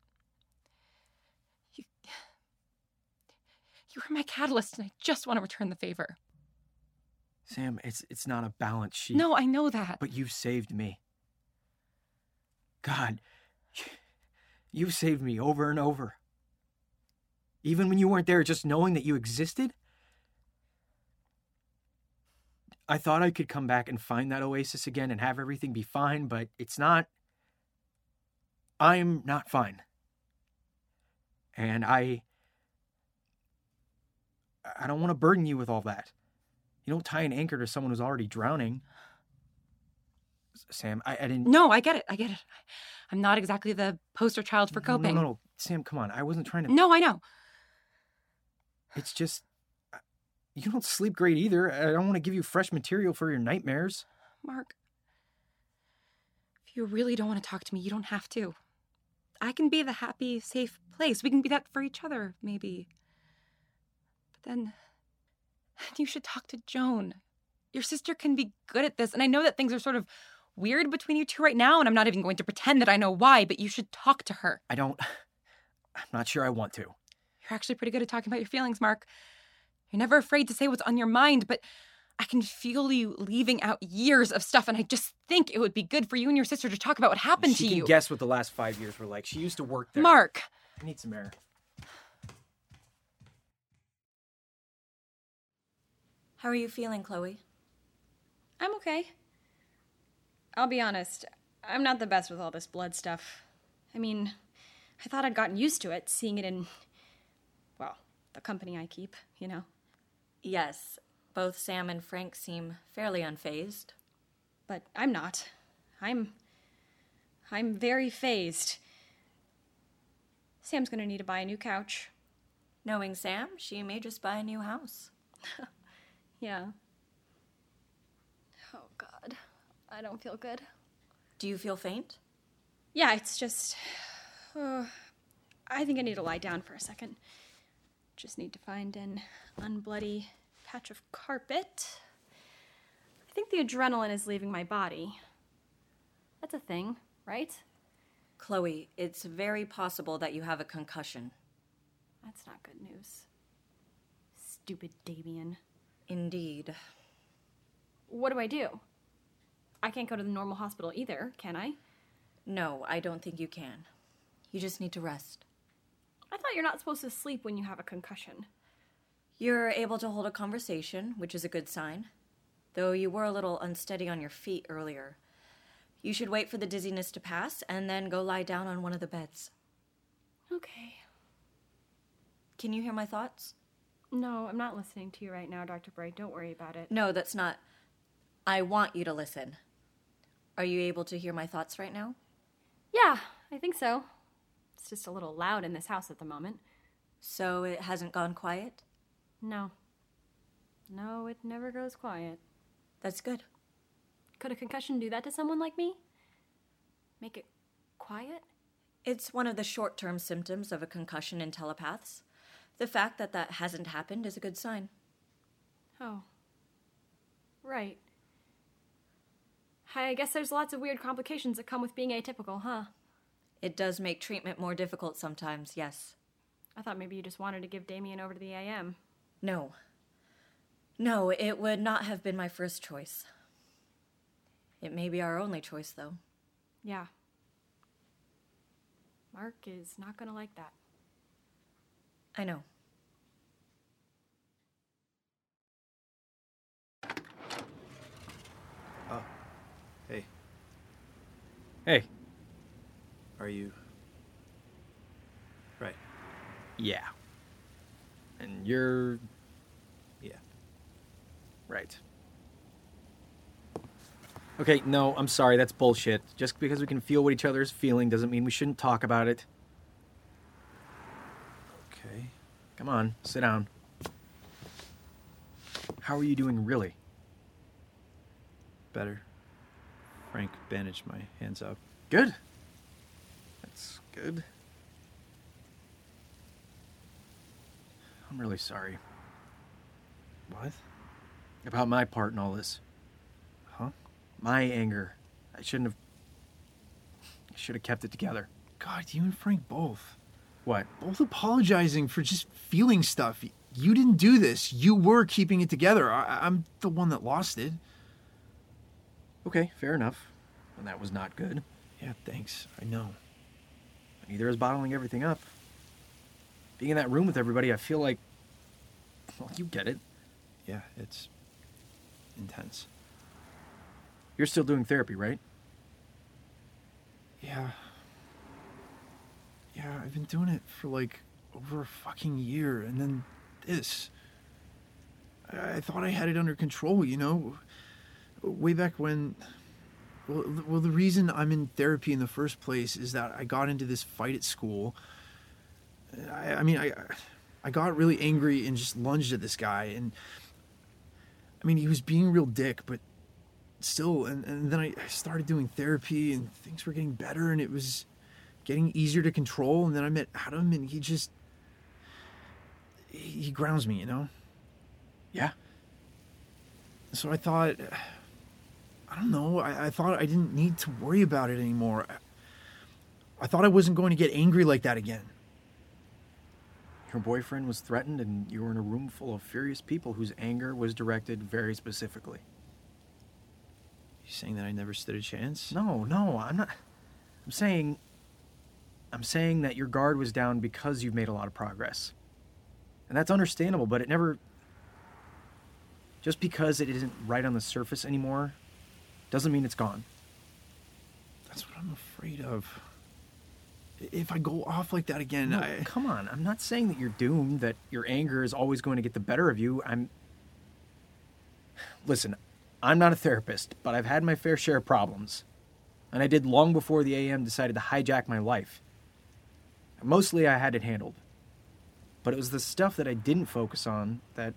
Speaker 1: You, you were my catalyst, and I just want to return the favor.
Speaker 3: Sam, it's it's not a balance sheet.
Speaker 1: No, I know that.
Speaker 3: But you saved me. God, you saved me over and over. Even when you weren't there, just knowing that you existed. I thought I could come back and find that oasis again and have everything be fine, but it's not. I'm not fine. And I. I don't want to burden you with all that. You don't tie an anchor to someone who's already drowning. S- Sam, I, I didn't.
Speaker 1: no, I get it. I get it. I'm not exactly the poster child for
Speaker 3: No,
Speaker 1: coping.
Speaker 3: No, no, no, Sam, come on. I wasn't trying to.
Speaker 1: No, I know.
Speaker 3: It's just. I- You don't sleep great either. I don't want to give you fresh material for your nightmares.
Speaker 1: Mark, if you really don't want to talk to me, you don't have to. I can be the happy, safe place. We can be that for each other, maybe. But then you should talk to Joan. Your sister can be good at this. And I know that things are sort of weird between you two right now, and I'm not even going to pretend that I know why, but you should talk to her.
Speaker 3: I don't. I'm not sure I want to.
Speaker 1: You're actually pretty good at talking about your feelings, Mark. You're never afraid to say what's on your mind, but I can feel you leaving out years of stuff, and I just think it would be good for you and your sister to talk about what happened
Speaker 3: she
Speaker 1: to
Speaker 3: can
Speaker 1: you.
Speaker 3: guess what the last five years were like. She used to work there.
Speaker 1: Mark,
Speaker 3: I need some air.
Speaker 6: How are you feeling, Chloe?
Speaker 4: I'm okay. I'll be honest, I'm not the best with all this blood stuff. I mean, I thought I'd gotten used to it, seeing it in, well, the company I keep, you know.
Speaker 6: Yes, both Sam and Frank seem fairly unfazed.
Speaker 4: But I'm not. I'm. I'm very phased. Sam's gonna need to buy a new couch.
Speaker 6: Knowing Sam, she may just buy a new house.
Speaker 4: Yeah. Oh, God. I don't feel good.
Speaker 6: Do you feel faint?
Speaker 4: Yeah, it's just. uh, I think I need to lie down for a second. Just need to find an unbloody patch of carpet. I think the adrenaline is leaving my body. That's a thing, right?
Speaker 6: Chloe, it's very possible that you have a concussion.
Speaker 4: That's not good news. Stupid Damien.
Speaker 6: Indeed.
Speaker 4: What do I do? I can't go to the normal hospital either, can I?
Speaker 6: No, I don't think you can. You just need to rest.
Speaker 4: I thought you're not supposed to sleep when you have a concussion.
Speaker 6: You're able to hold a conversation, which is a good sign, though you were a little unsteady on your feet earlier. You should wait for the dizziness to pass and then go lie down on one of the beds.
Speaker 4: Okay.
Speaker 6: Can you hear my thoughts?
Speaker 4: No, I'm not listening to you right now, Dr. Bright. Don't worry about it.
Speaker 6: No, that's not. I want you to listen. Are you able to hear my thoughts right now?
Speaker 4: Yeah, I think so. It's just a little loud in this house at the moment.
Speaker 6: So it hasn't gone quiet?
Speaker 4: No. No, it never goes quiet.
Speaker 6: That's good.
Speaker 4: Could a concussion do that to someone like me? Make it quiet?
Speaker 6: It's one of the short term symptoms of a concussion in telepaths. The fact that that hasn't happened is a good sign.
Speaker 4: Oh. Right. I guess there's lots of weird complications that come with being atypical, huh?
Speaker 6: It does make treatment more difficult sometimes, yes.
Speaker 4: I thought maybe you just wanted to give Damien over to the AM.
Speaker 6: No. No, it would not have been my first choice. It may be our only choice, though.
Speaker 4: Yeah. Mark is not gonna like that.
Speaker 6: I know.
Speaker 3: Hey,
Speaker 9: Hey.
Speaker 3: are you. Right.
Speaker 9: Yeah. And you're
Speaker 3: Yeah.
Speaker 9: right.
Speaker 3: Okay, no, I'm sorry. That's bullshit. Just because we can feel what each other is feeling doesn't mean we shouldn't talk about it.
Speaker 10: Okay.
Speaker 3: Come on, sit down. How are you doing, really?
Speaker 10: Better. Frank bandaged my hands up.
Speaker 3: Good.
Speaker 10: That's good.
Speaker 3: I'm really sorry
Speaker 10: What?
Speaker 3: about my part in all this.
Speaker 10: Huh?
Speaker 3: My anger. I shouldn't have. I should have kept it together.
Speaker 10: God, you and Frank both.
Speaker 3: What?
Speaker 7: Both apologizing for just feeling stuff. You didn't do this. You were keeping it together. I- I'm the one that lost it.
Speaker 3: Okay, fair enough. And that was not good.
Speaker 10: Yeah, thanks. I know.
Speaker 3: Neither is bottling everything up. Being in that room with everybody, I feel like. Well, you get it.
Speaker 10: Yeah, it's intense.
Speaker 3: You're still doing therapy, right?
Speaker 7: Yeah. Yeah, I've been doing it for like over a fucking year, and then this. I I thought I had it under control, you know? Way back when. Well, th- well, the reason I'm in therapy in the first place is that I got into this fight at school. I, I mean, I, I got really angry and just lunged at this guy, and I mean, he was being a real dick, but still and, and then I, I started doing therapy and things were getting better and it was getting easier to control and then i met adam and he just he he grounds me you know
Speaker 3: Yeah.
Speaker 7: so i thought i don't know i, I thought i didn't need to worry about it anymore I, I thought i wasn't going to get angry like that again
Speaker 3: Your boyfriend was threatened, and you were in a room full of furious people whose anger was directed very specifically.
Speaker 7: you saying that i never stood a chance
Speaker 3: No, no, I'm not. I'm saying. I'm saying that your guard was down because you've made a lot of progress. And that's understandable, but it never. Just because it isn't right on the surface anymore doesn't mean it's gone.
Speaker 7: that's what i'm afraid of I- if i go off like that again
Speaker 3: No,
Speaker 7: i
Speaker 3: come on. I'm not saying that you're doomed, that your anger is always going to get the better of you. I'm. Listen, I'm not a therapist, but I've had my fair share of problems. And I did long before the AM decided to hijack my life. Mostly I had it handled. But it was the stuff that I didn't focus on, that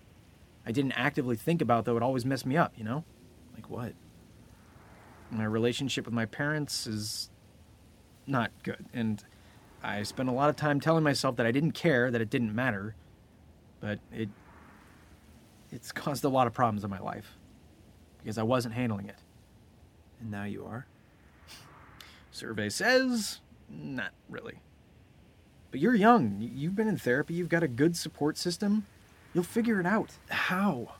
Speaker 3: I didn't actively think about, that would always mess me up, you know?
Speaker 7: Like what?
Speaker 3: My relationship with my parents is not good, and I spent a lot of time telling myself that I didn't care, that it didn't matter, but it it's caused a lot of problems in my life because I wasn't handling it.
Speaker 7: And now you are?
Speaker 3: Survey says not really. But you're young. y- You've been in therapy. You've got a good support system. You'll figure it out.
Speaker 7: How?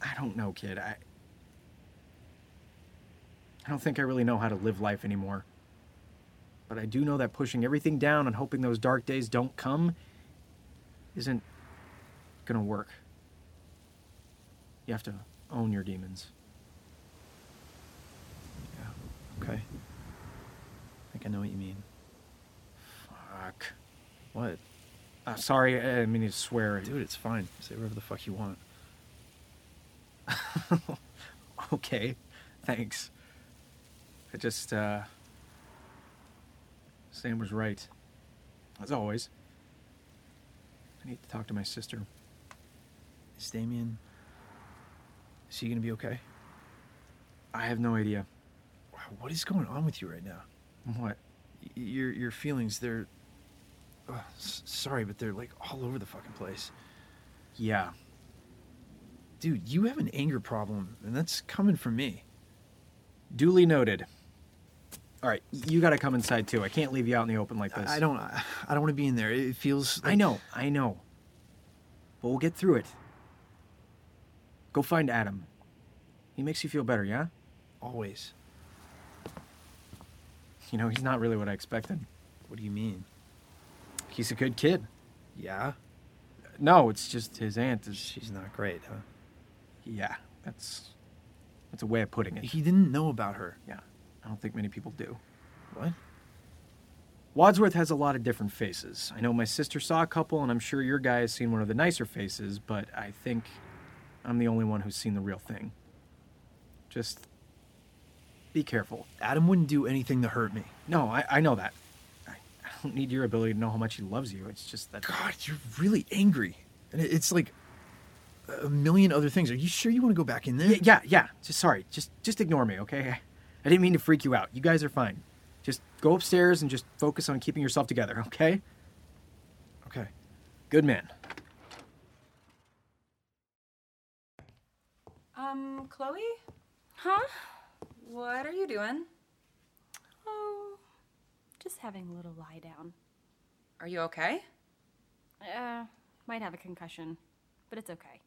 Speaker 3: I don't know, kid. I I don't think I really know how to live life anymore. But I do know that pushing everything down and hoping those dark days don't come isn't going to work. You have to own your demons.
Speaker 7: Okay. I think I know what you mean.
Speaker 3: Fuck.
Speaker 7: What?
Speaker 3: Uh, sorry, I didn't mean to swear.
Speaker 7: Dude, it's fine. Say whatever the fuck you want.
Speaker 3: okay, thanks. I just, uh. Sam was right. As always. I need to talk to my sister.
Speaker 7: Is Damien. Is he gonna be okay?
Speaker 3: I have no idea
Speaker 7: Wow, What is going on with you right now?
Speaker 3: what.
Speaker 7: Y- your your feelings they're Ugh, s- sorry but they're like all over the fucking place
Speaker 3: Yeah,
Speaker 7: dude you have an anger problem and that's coming from me
Speaker 3: duly noted. All right, you gotta come inside too. I can't leave you out in the open like this.
Speaker 7: i, I don't i, I don't want to be in there it feels
Speaker 3: I
Speaker 7: like-
Speaker 3: know, I know. But we'll get through it. Go find Adam. He makes you feel better, yeah?
Speaker 7: always
Speaker 3: You know, he's not really what I expected.
Speaker 7: what do you mean
Speaker 3: He's a good kid.
Speaker 7: yeah
Speaker 3: No, it's just his aunt is.
Speaker 7: she's not great huh
Speaker 3: Yeah, that's that's a way of putting it.
Speaker 7: he didn't know about her
Speaker 3: Yeah, I don't think many people do.
Speaker 7: what
Speaker 3: Wadsworth has a lot of different faces. I know my sister saw a couple, and I'm sure your guy has seen one of the nicer faces, but I think I'm the only one who's seen the real thing. Just be careful.
Speaker 7: adam wouldn't do anything to hurt me
Speaker 3: No, I, I know that. I, I don't need your ability to know how much he loves you. It's just that.
Speaker 7: god you're really angry and it, it's like a million other things are you sure you want to go back in there
Speaker 3: Yeah, yeah, yeah. Just sorry. Just just ignore me, okay? I, I didn't mean to freak you out. You guys are fine. Just go upstairs and just focus on keeping yourself together, okay?
Speaker 7: okay
Speaker 3: Good man.
Speaker 1: Um, Chloe,
Speaker 4: Huh?
Speaker 1: what are you doing?
Speaker 4: Oh, just having a little lie down.
Speaker 1: Are you okay?
Speaker 4: Uh, might have a concussion, but it's okay.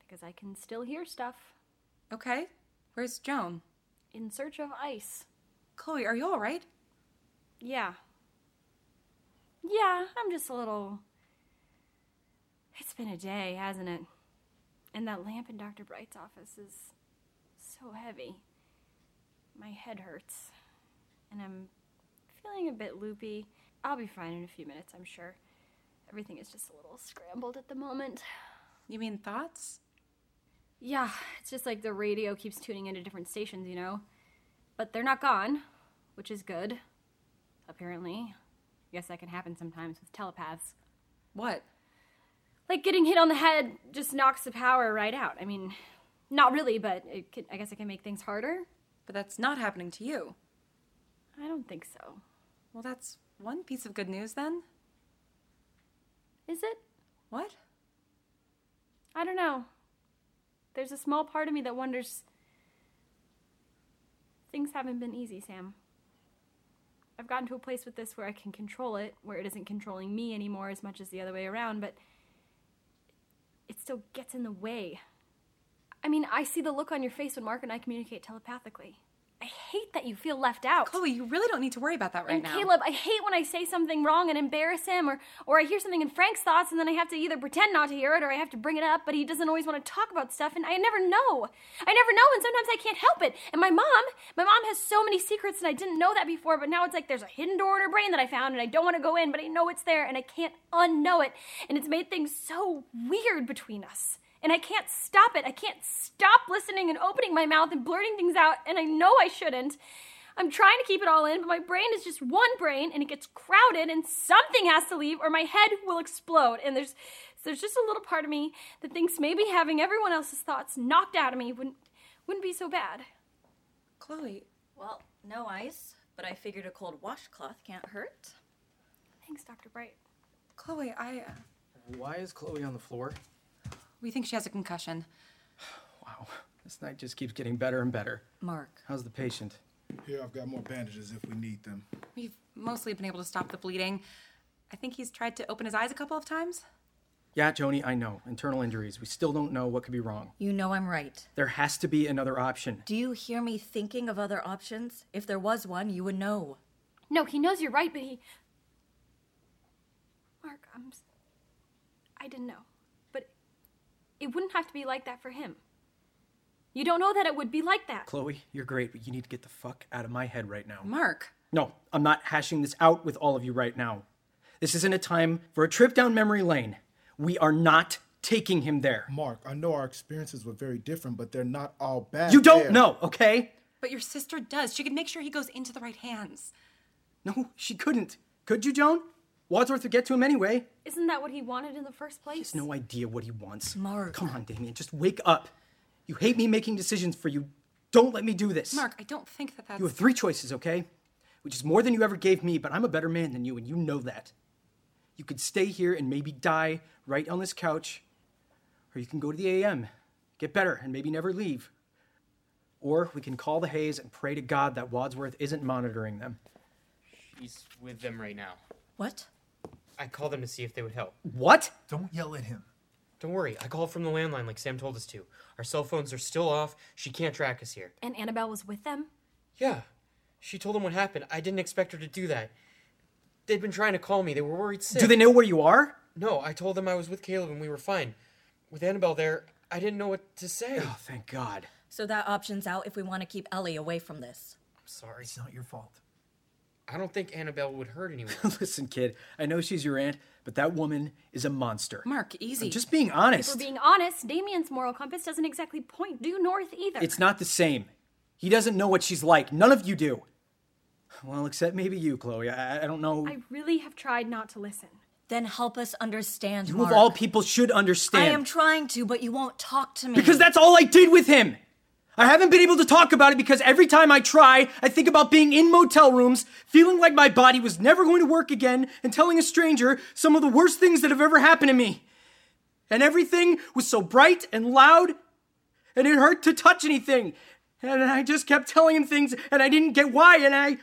Speaker 4: Because I can still hear stuff
Speaker 1: Okay. Where's Joan?
Speaker 4: in search of ice.
Speaker 1: Chloe, are you all right?
Speaker 4: Yeah. Yeah, I'm just a little. It's been a day, hasn't it? And that lamp in Dr. Bright's office is so heavy. My head hurts. And I'm feeling a bit loopy. I'll be fine in a few minutes, I'm sure. Everything is just a little scrambled at the moment.
Speaker 1: You mean thoughts?
Speaker 4: Yeah, it's just like the radio keeps tuning into different stations, you know? But they're not gone, which is good, apparently. I guess that can happen sometimes with telepaths.
Speaker 1: What?
Speaker 4: Like getting hit on the head just knocks the power right out. I mean, not really, but it can, I guess it can make things harder.
Speaker 1: But that's not happening to you.
Speaker 4: I don't think so.
Speaker 1: Well, that's one piece of good news then.
Speaker 4: Is it?
Speaker 1: What?
Speaker 4: I don't know. There's a small part of me that wonders. Things haven't been easy, Sam. I've gotten to a place with this where I can control it, where it isn't controlling me anymore as much as the other way around, but it still gets in the way. I mean, I see the look on your face when Mark and I communicate telepathically. I hate that you feel left out.
Speaker 1: Chloe, you really don't need to worry about that right
Speaker 4: and
Speaker 1: now.
Speaker 4: Caleb, I hate when I say something wrong and embarrass him, or or I hear something in Frank's thoughts and then I have to either pretend not to hear it or I have to bring it up, but he doesn't always want to talk about stuff, and I never know. I never know, and sometimes I can't help it. And my mom, my mom has so many secrets, and I didn't know that before, but now it's like there's a hidden door in her brain that I found, and I don't want to go in, but I know it's there, and I can't unknow it, and it's made things so weird between us. And I can't stop it. I can't stop listening and opening my mouth and blurting things out, and I know I shouldn't.
Speaker 11: I'm trying to keep it all in, but my brain is just one brain and it gets crowded and something has to leave or my head will explode. And there's there's just a little part of me that thinks maybe having everyone else's thoughts knocked out of me wouldn't wouldn't be so bad.
Speaker 1: Chloe,
Speaker 6: Well, no ice, but I figured a cold washcloth can't hurt.
Speaker 11: Thanks, Dr. Bright.
Speaker 1: Chloe, I. Uh,
Speaker 3: Why is Chloe on the floor?
Speaker 1: we think she has a concussion.
Speaker 3: Wow, this night just keeps getting better and better.
Speaker 6: Mark.
Speaker 3: How's the patient?
Speaker 5: Here, I've got more bandages if we need them.
Speaker 1: We've mostly been able to stop the bleeding. I think he's tried to open his eyes a couple of times.
Speaker 3: Yeah, Joni, I know. Internal injuries. We still don't know what could be wrong.
Speaker 6: You know I'm right.
Speaker 3: There has to be another option.
Speaker 6: Do you hear me thinking of other options? If there was one, you would know.
Speaker 11: No, he knows you're right, but he Mark, I'm s- I didn't know. But it wouldn't have to be like that for him. You don't know that it would be like that.
Speaker 3: Chloe, you're great, but you need to get the fuck out of my head right now.
Speaker 1: Mark,
Speaker 3: No, I'm not hashing this out with all of you right now. This isn't a time for a trip down memory lane. We are not taking him there.
Speaker 5: Mark, I know our experiences were very different, but they're not all bad.
Speaker 3: You don't
Speaker 5: There.
Speaker 3: know, okay?
Speaker 1: but your sister does. She could make sure he goes into the right hands.
Speaker 3: No, she couldn't. Could you, Joan? Wadsworth would get to him anyway.
Speaker 11: Isn't that what he wanted in the first place?
Speaker 3: He has no idea what he wants.
Speaker 6: Mark.
Speaker 3: Come on, Damien, just wake up. You hate me making decisions for you. Don't let me do this.
Speaker 1: Mark, I don't think that that's.
Speaker 3: You have three choices, okay? Which is more than you ever gave me, but I'm a better man than you, and you know that. You could stay here and maybe die right on this couch, or you can go to the AM, get better, and maybe never leave. Or we can call the Hayes and pray to God that Wadsworth isn't monitoring them.
Speaker 8: He's with them right now.
Speaker 6: What?
Speaker 8: I called them to see if they would help.
Speaker 3: What?
Speaker 7: Don't yell at him.
Speaker 8: Don't worry, I called from the landline like Sam told us to. Our cell phones are still off. She can't track us here.
Speaker 11: And Annabelle was with them?
Speaker 8: Yeah. She told them what happened. I didn't expect her to do that. They'd been trying to call me. They were worried sick.
Speaker 3: Do they know where you are?
Speaker 8: No, I told them I was with Caleb and we were fine. With Annabelle there, I didn't know what to say.
Speaker 3: Oh, thank God.
Speaker 6: So that option's out if we want to keep Ellie away from this.
Speaker 8: I'm sorry.
Speaker 7: It's not your fault.
Speaker 8: I don't think Annabelle would hurt anyone.
Speaker 3: Listen, kid, I know she's your aunt, but that woman is a monster.
Speaker 1: Mark, easy.
Speaker 3: I'm just being
Speaker 11: For
Speaker 3: honest.
Speaker 11: being honest, Damien's moral compass doesn't exactly point due north either.
Speaker 3: It's not the same. He doesn't know what she's like. None of you do. Well, except maybe you, Chloe. I, I don't know.
Speaker 11: I really have tried not to listen.
Speaker 6: Then help us understand,
Speaker 3: you
Speaker 6: Mark.
Speaker 3: of all people should
Speaker 6: I
Speaker 3: understand.
Speaker 6: am trying to, but you won't talk to me.
Speaker 3: because that's all I did with him. I haven't been able to talk about it because every time I try, I think about being in motel rooms, feeling like my body was never going to work again, and telling a stranger some of the worst things that have ever happened to me. And everything was so bright and loud, and it hurt to touch anything. And I just kept telling him things, and I didn't get why, and I.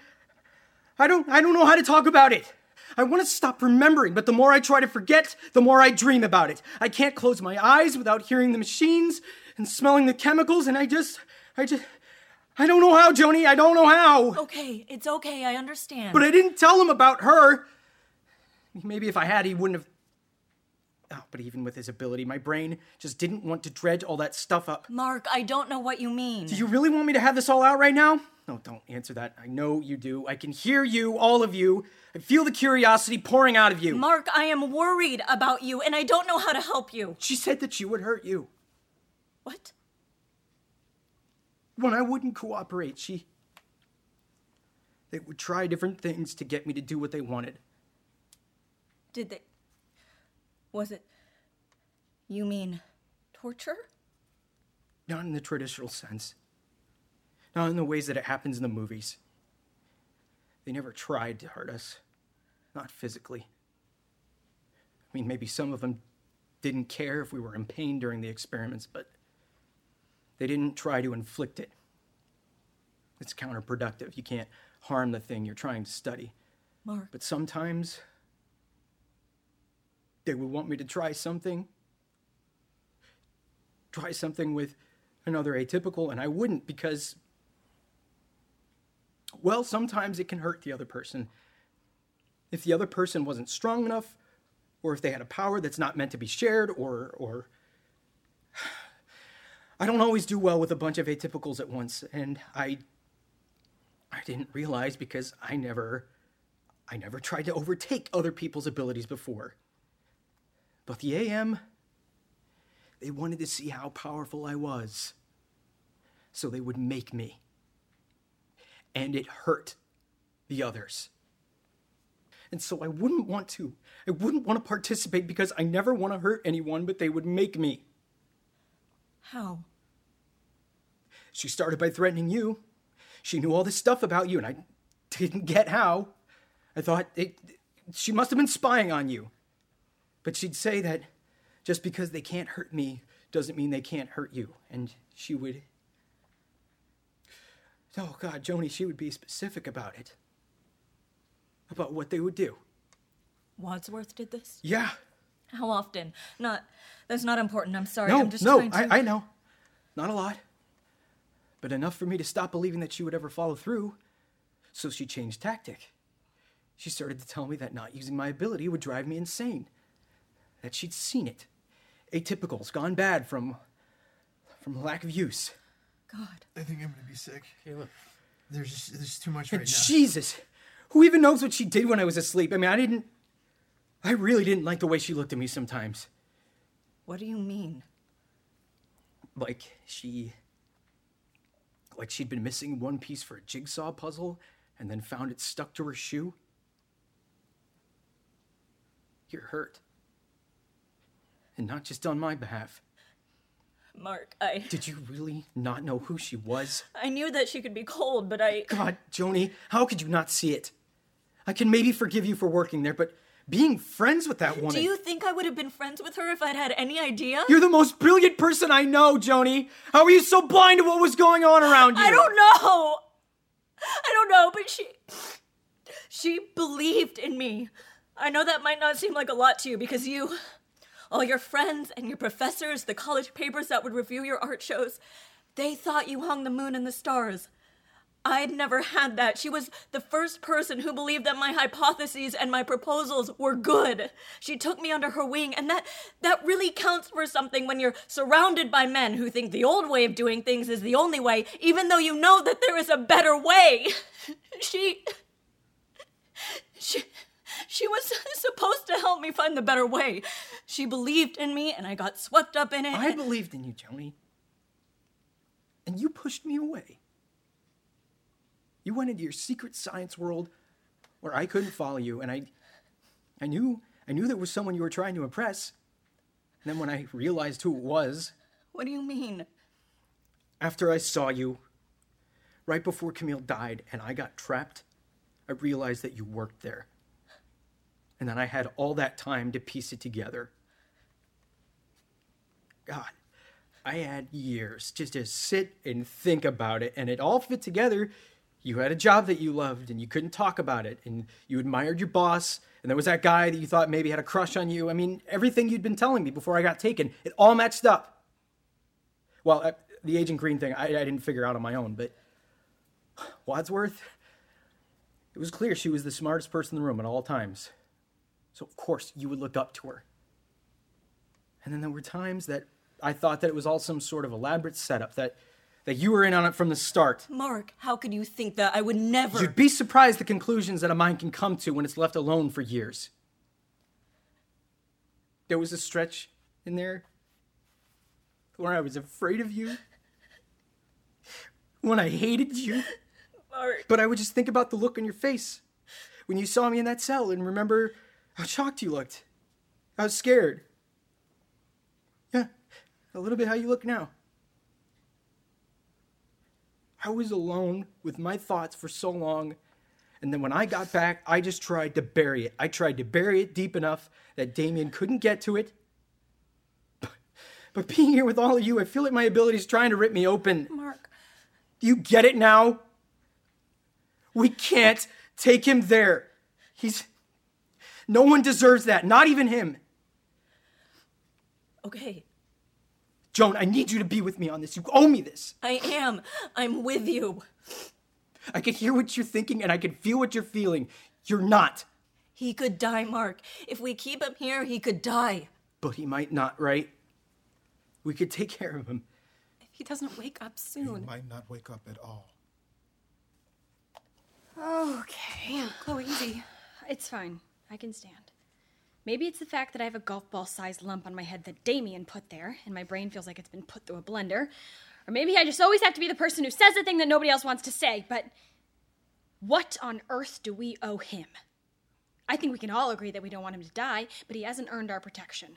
Speaker 3: I don't I don't know how to talk about it. I want to stop remembering, but the more I try to forget, the more I dream about it. I can't close my eyes without hearing the machines and smelling the chemicals and I just I just I don't know how, Joni. I don't know how.
Speaker 6: okay. It's okay. I understand.
Speaker 3: But I didn't tell him about her. Maybe if I had, he wouldn't have Oh, but even with his ability, my brain just didn't want to dredge all that stuff up.
Speaker 6: Mark, I don't know what you mean.
Speaker 3: Do you really want me to have this all out right now? No, don't answer that. I know you do. I can hear you, all of you. I feel the curiosity pouring out of you.
Speaker 6: Mark, I am worried about you, and I don't know how to help you.
Speaker 3: She said that she would hurt you.
Speaker 6: What?
Speaker 3: When I wouldn't cooperate, she. They would try different things to get me to do what they wanted.
Speaker 6: Did they. Was it. You mean torture?
Speaker 3: Not in the traditional sense. Not in the ways that it happens in the movies. They never tried to hurt us. Not physically. I mean, maybe some of them didn't care if we were in pain during the experiments, but they didn't try to inflict it. It's counterproductive. You can't harm the thing you're trying to study.
Speaker 6: Mark.
Speaker 3: But sometimes they would want me to try something, try something with another atypical, and I wouldn't because, well, sometimes it can hurt the other person. If the other person wasn't strong enough, or if they had a power that's not meant to be shared, or, or, I don't always do well with a bunch of atypicals at once, and I, I didn't realize because I never I never tried to overtake other people's abilities before. But the AM, they wanted to see how powerful I was. So they would make me. and it hurt the others. And so I wouldn't want to. I wouldn't want to participate because I never want to hurt anyone, but they would make me.
Speaker 6: How?
Speaker 3: She started by threatening you. She knew all this stuff about you, and I didn't get how. I thought it, she must have been spying on you. But she'd say that just because they can't hurt me doesn't mean they can't hurt you. And she would. Oh, God, Joni, she would be specific about it. About what they would do.
Speaker 6: Wadsworth did this?
Speaker 3: Yeah.
Speaker 6: How often? Not. That's not important. I'm sorry.
Speaker 3: no,
Speaker 6: I'm just
Speaker 3: no,
Speaker 6: trying to.
Speaker 3: I, I know. Not a lot. But enough for me to stop believing that she would ever follow through. So she changed tactic. She started to tell me that not using my ability would drive me insane. That she'd seen it. Atypicals gone bad from from lack of use.
Speaker 6: God.
Speaker 2: I think I'm gonna be sick.
Speaker 8: Caleb.
Speaker 2: There's just, there's too much
Speaker 3: And
Speaker 2: right now.
Speaker 3: Jesus, who even knows what she did when I was asleep? I mean, I didn't. I really didn't like the way she looked at me sometimes.
Speaker 6: What do you mean?
Speaker 3: like she like she'd been missing one piece for a jigsaw puzzle and then found it stuck to her shoe you're hurt and not just on my behalf
Speaker 6: Mark, I.
Speaker 3: did you really not know who she was
Speaker 6: I knew that she could be cold, but I.
Speaker 3: god joni how could you not see it i can maybe forgive you for working there but being friends with that woman
Speaker 6: Do you think I would have been friends with her if I'd had any idea?
Speaker 3: you're the most brilliant person i know joni how are you so blind to what was going on around you
Speaker 6: I don't know. I don't know, but she she believed in me. I know that might not seem like a lot to you because you all your friends and your professors, the college papers that would review your art shows, they thought you hung the moon and the stars. I'd never had that. She was the first person who believed that my hypotheses and my proposals were good. She took me under her wing, and that that really counts for something when you're surrounded by men who think the old way of doing things is the only way, even though you know that there is a better way. she she she was supposed to help me find the better way. She believed in me and I got swept up in it.
Speaker 3: I believed in you, Joni. And you pushed me away. You went into your secret science world where I couldn't follow you, and I I knew I knew there was someone you were trying to impress. And then when I realized who it was,
Speaker 6: what do you mean?
Speaker 3: after I saw you, right before Camille died and I got trapped, I realized that you worked there. And then I had all that time to piece it together. God, I had years just to sit and think about it, and it all fit together. You had a job that you loved, and you couldn't talk about it, and you admired your boss, and there was that guy that you thought maybe had a crush on you. I mean, everything you'd been telling me before I got taken, it all matched up. Well, uh, the Agent Green thing, I, I didn't figure out on my own, but Wadsworth, it was clear she was the smartest person in the room at all times. So, of course, you would look up to her. And then there were times that I thought that it was all some sort of elaborate setup, that, that you were in on it from the start.
Speaker 6: Mark, how could you think that? I would never.
Speaker 3: You'd be surprised the conclusions that a mind can come to when it's left alone for years. There was a stretch in there where I was afraid of you, when I hated you,
Speaker 6: Mark.
Speaker 3: but I would just think about the look on your face when you saw me in that cell and remember how shocked you looked. I was scared. Yeah, a little bit how you look now. I was alone with my thoughts for so long. And then when I got back, I just tried to bury it. I tried to bury it deep enough that Damien couldn't get to it. But being here with all of you, I feel like my ability's trying to rip me open.
Speaker 6: Mark.
Speaker 3: Do you get it now? We can't take him there. He's. No one deserves that, not even him.
Speaker 6: Okay,
Speaker 3: Joan, I need you to be with me on this. You owe me this.
Speaker 6: I am. I'm with you.
Speaker 3: I can hear what you're thinking and I can feel what you're feeling. You're not.
Speaker 6: He could die, Mark. If we keep him here, he could die.
Speaker 3: But he might not, right? We could take care of him.
Speaker 1: If he doesn't wake up
Speaker 5: You
Speaker 1: soon.
Speaker 5: might not wake up at all.
Speaker 4: Okay.
Speaker 1: Chloe, easy.
Speaker 4: It's fine. I can stand. Maybe it's the fact that I have a golf ball sized lump on my head that Damien put there, and my brain feels like it's been put through a blender. Or maybe I just always have to be the person who says the thing that nobody else wants to say, but What on earth do we owe him? I think we can all agree that we don't want him to die, but he hasn't earned our protection.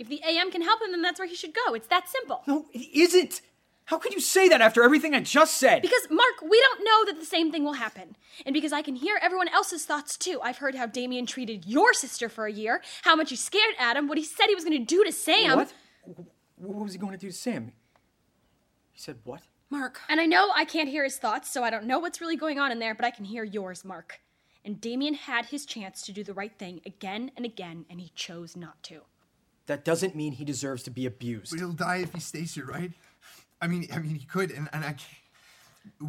Speaker 4: If the AM can help him, then that's where he should go. It's that simple.
Speaker 3: No, it isn't. How could you say that after everything I just said?
Speaker 4: Because, Mark, we don't know that the same thing will happen. And because I can hear everyone else's thoughts too. I've heard how Damien treated your sister for a year, how much he scared Adam, what he said he was going to do to Sam.
Speaker 3: What? What was he going to do to Sam? He said what?
Speaker 12: Mark,
Speaker 4: And I know I can't hear his thoughts, so I don't know what's really going on in there, but I can hear yours, Mark. And Damien had his chance to do the right thing again and again, and he chose not to.
Speaker 3: That doesn't mean he deserves to be abused.
Speaker 2: But he'll die if he stays here, right? I mean, I mean, he could, and, and I can't.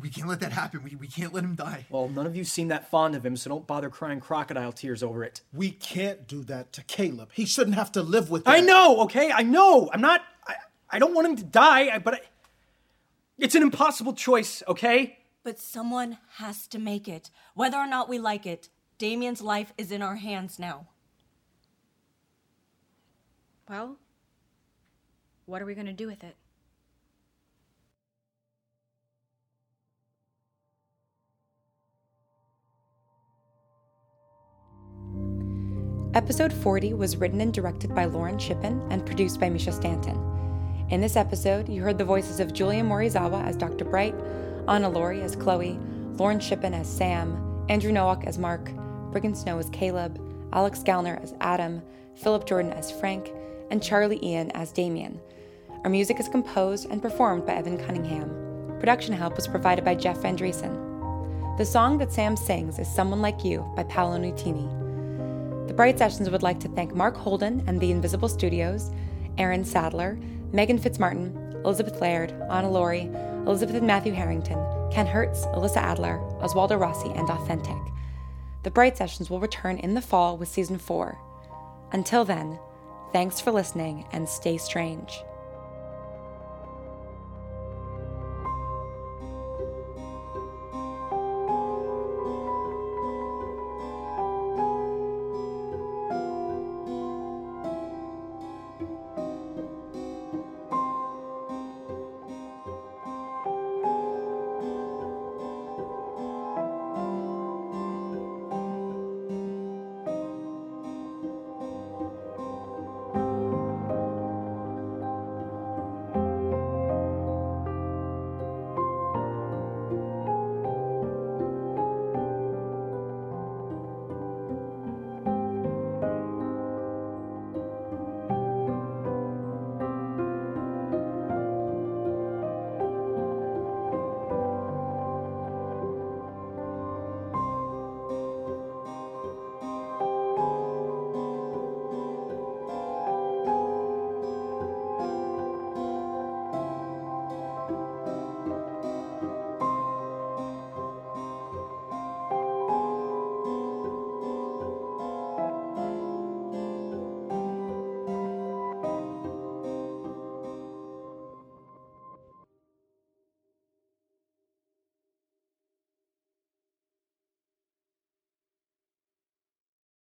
Speaker 2: We can't let that happen. We, we can't let him die.
Speaker 3: Well, none of you seem that fond of him, so don't bother crying crocodile tears over it.
Speaker 13: We can't do that to Caleb. He shouldn't have to live with that.
Speaker 3: I know, okay? I know. I'm not. I, I don't want him to die, I, but I, it's an impossible choice, okay?
Speaker 6: But someone has to make it, whether or not we like it. Damien's life is in our hands now.
Speaker 4: Well, what are we going to do with it?
Speaker 1: Episode 40 was written and directed by Lauren Shippen and produced by Misha Stanton. In this episode, you heard the voices of Julia Morizawa as Dr. Bright, Anna Laurie as Chloe, Lauren Shippen as Sam, Andrew Nowak as Mark, Brigham Snow as Caleb, Alex Gallner as Adam, Philip Jordan as Frank, and Charlie Ian as Damien. Our music is composed and performed by Evan Cunningham. Production help was provided by Jeff Andreessen. The song that Sam sings is Someone Like You by Paolo Nutini. The Bright Sessions would like to thank Mark Holden and The Invisible Studios, Aaron Sadler, Megan Fitzmartin, Elizabeth Laird, Anna Laurie, Elizabeth and Matthew Harrington, Ken Hertz, Alyssa Adler, Oswaldo Rossi, and Authentic. The Bright Sessions will return in the fall with season four. Until then, thanks for listening and stay strange.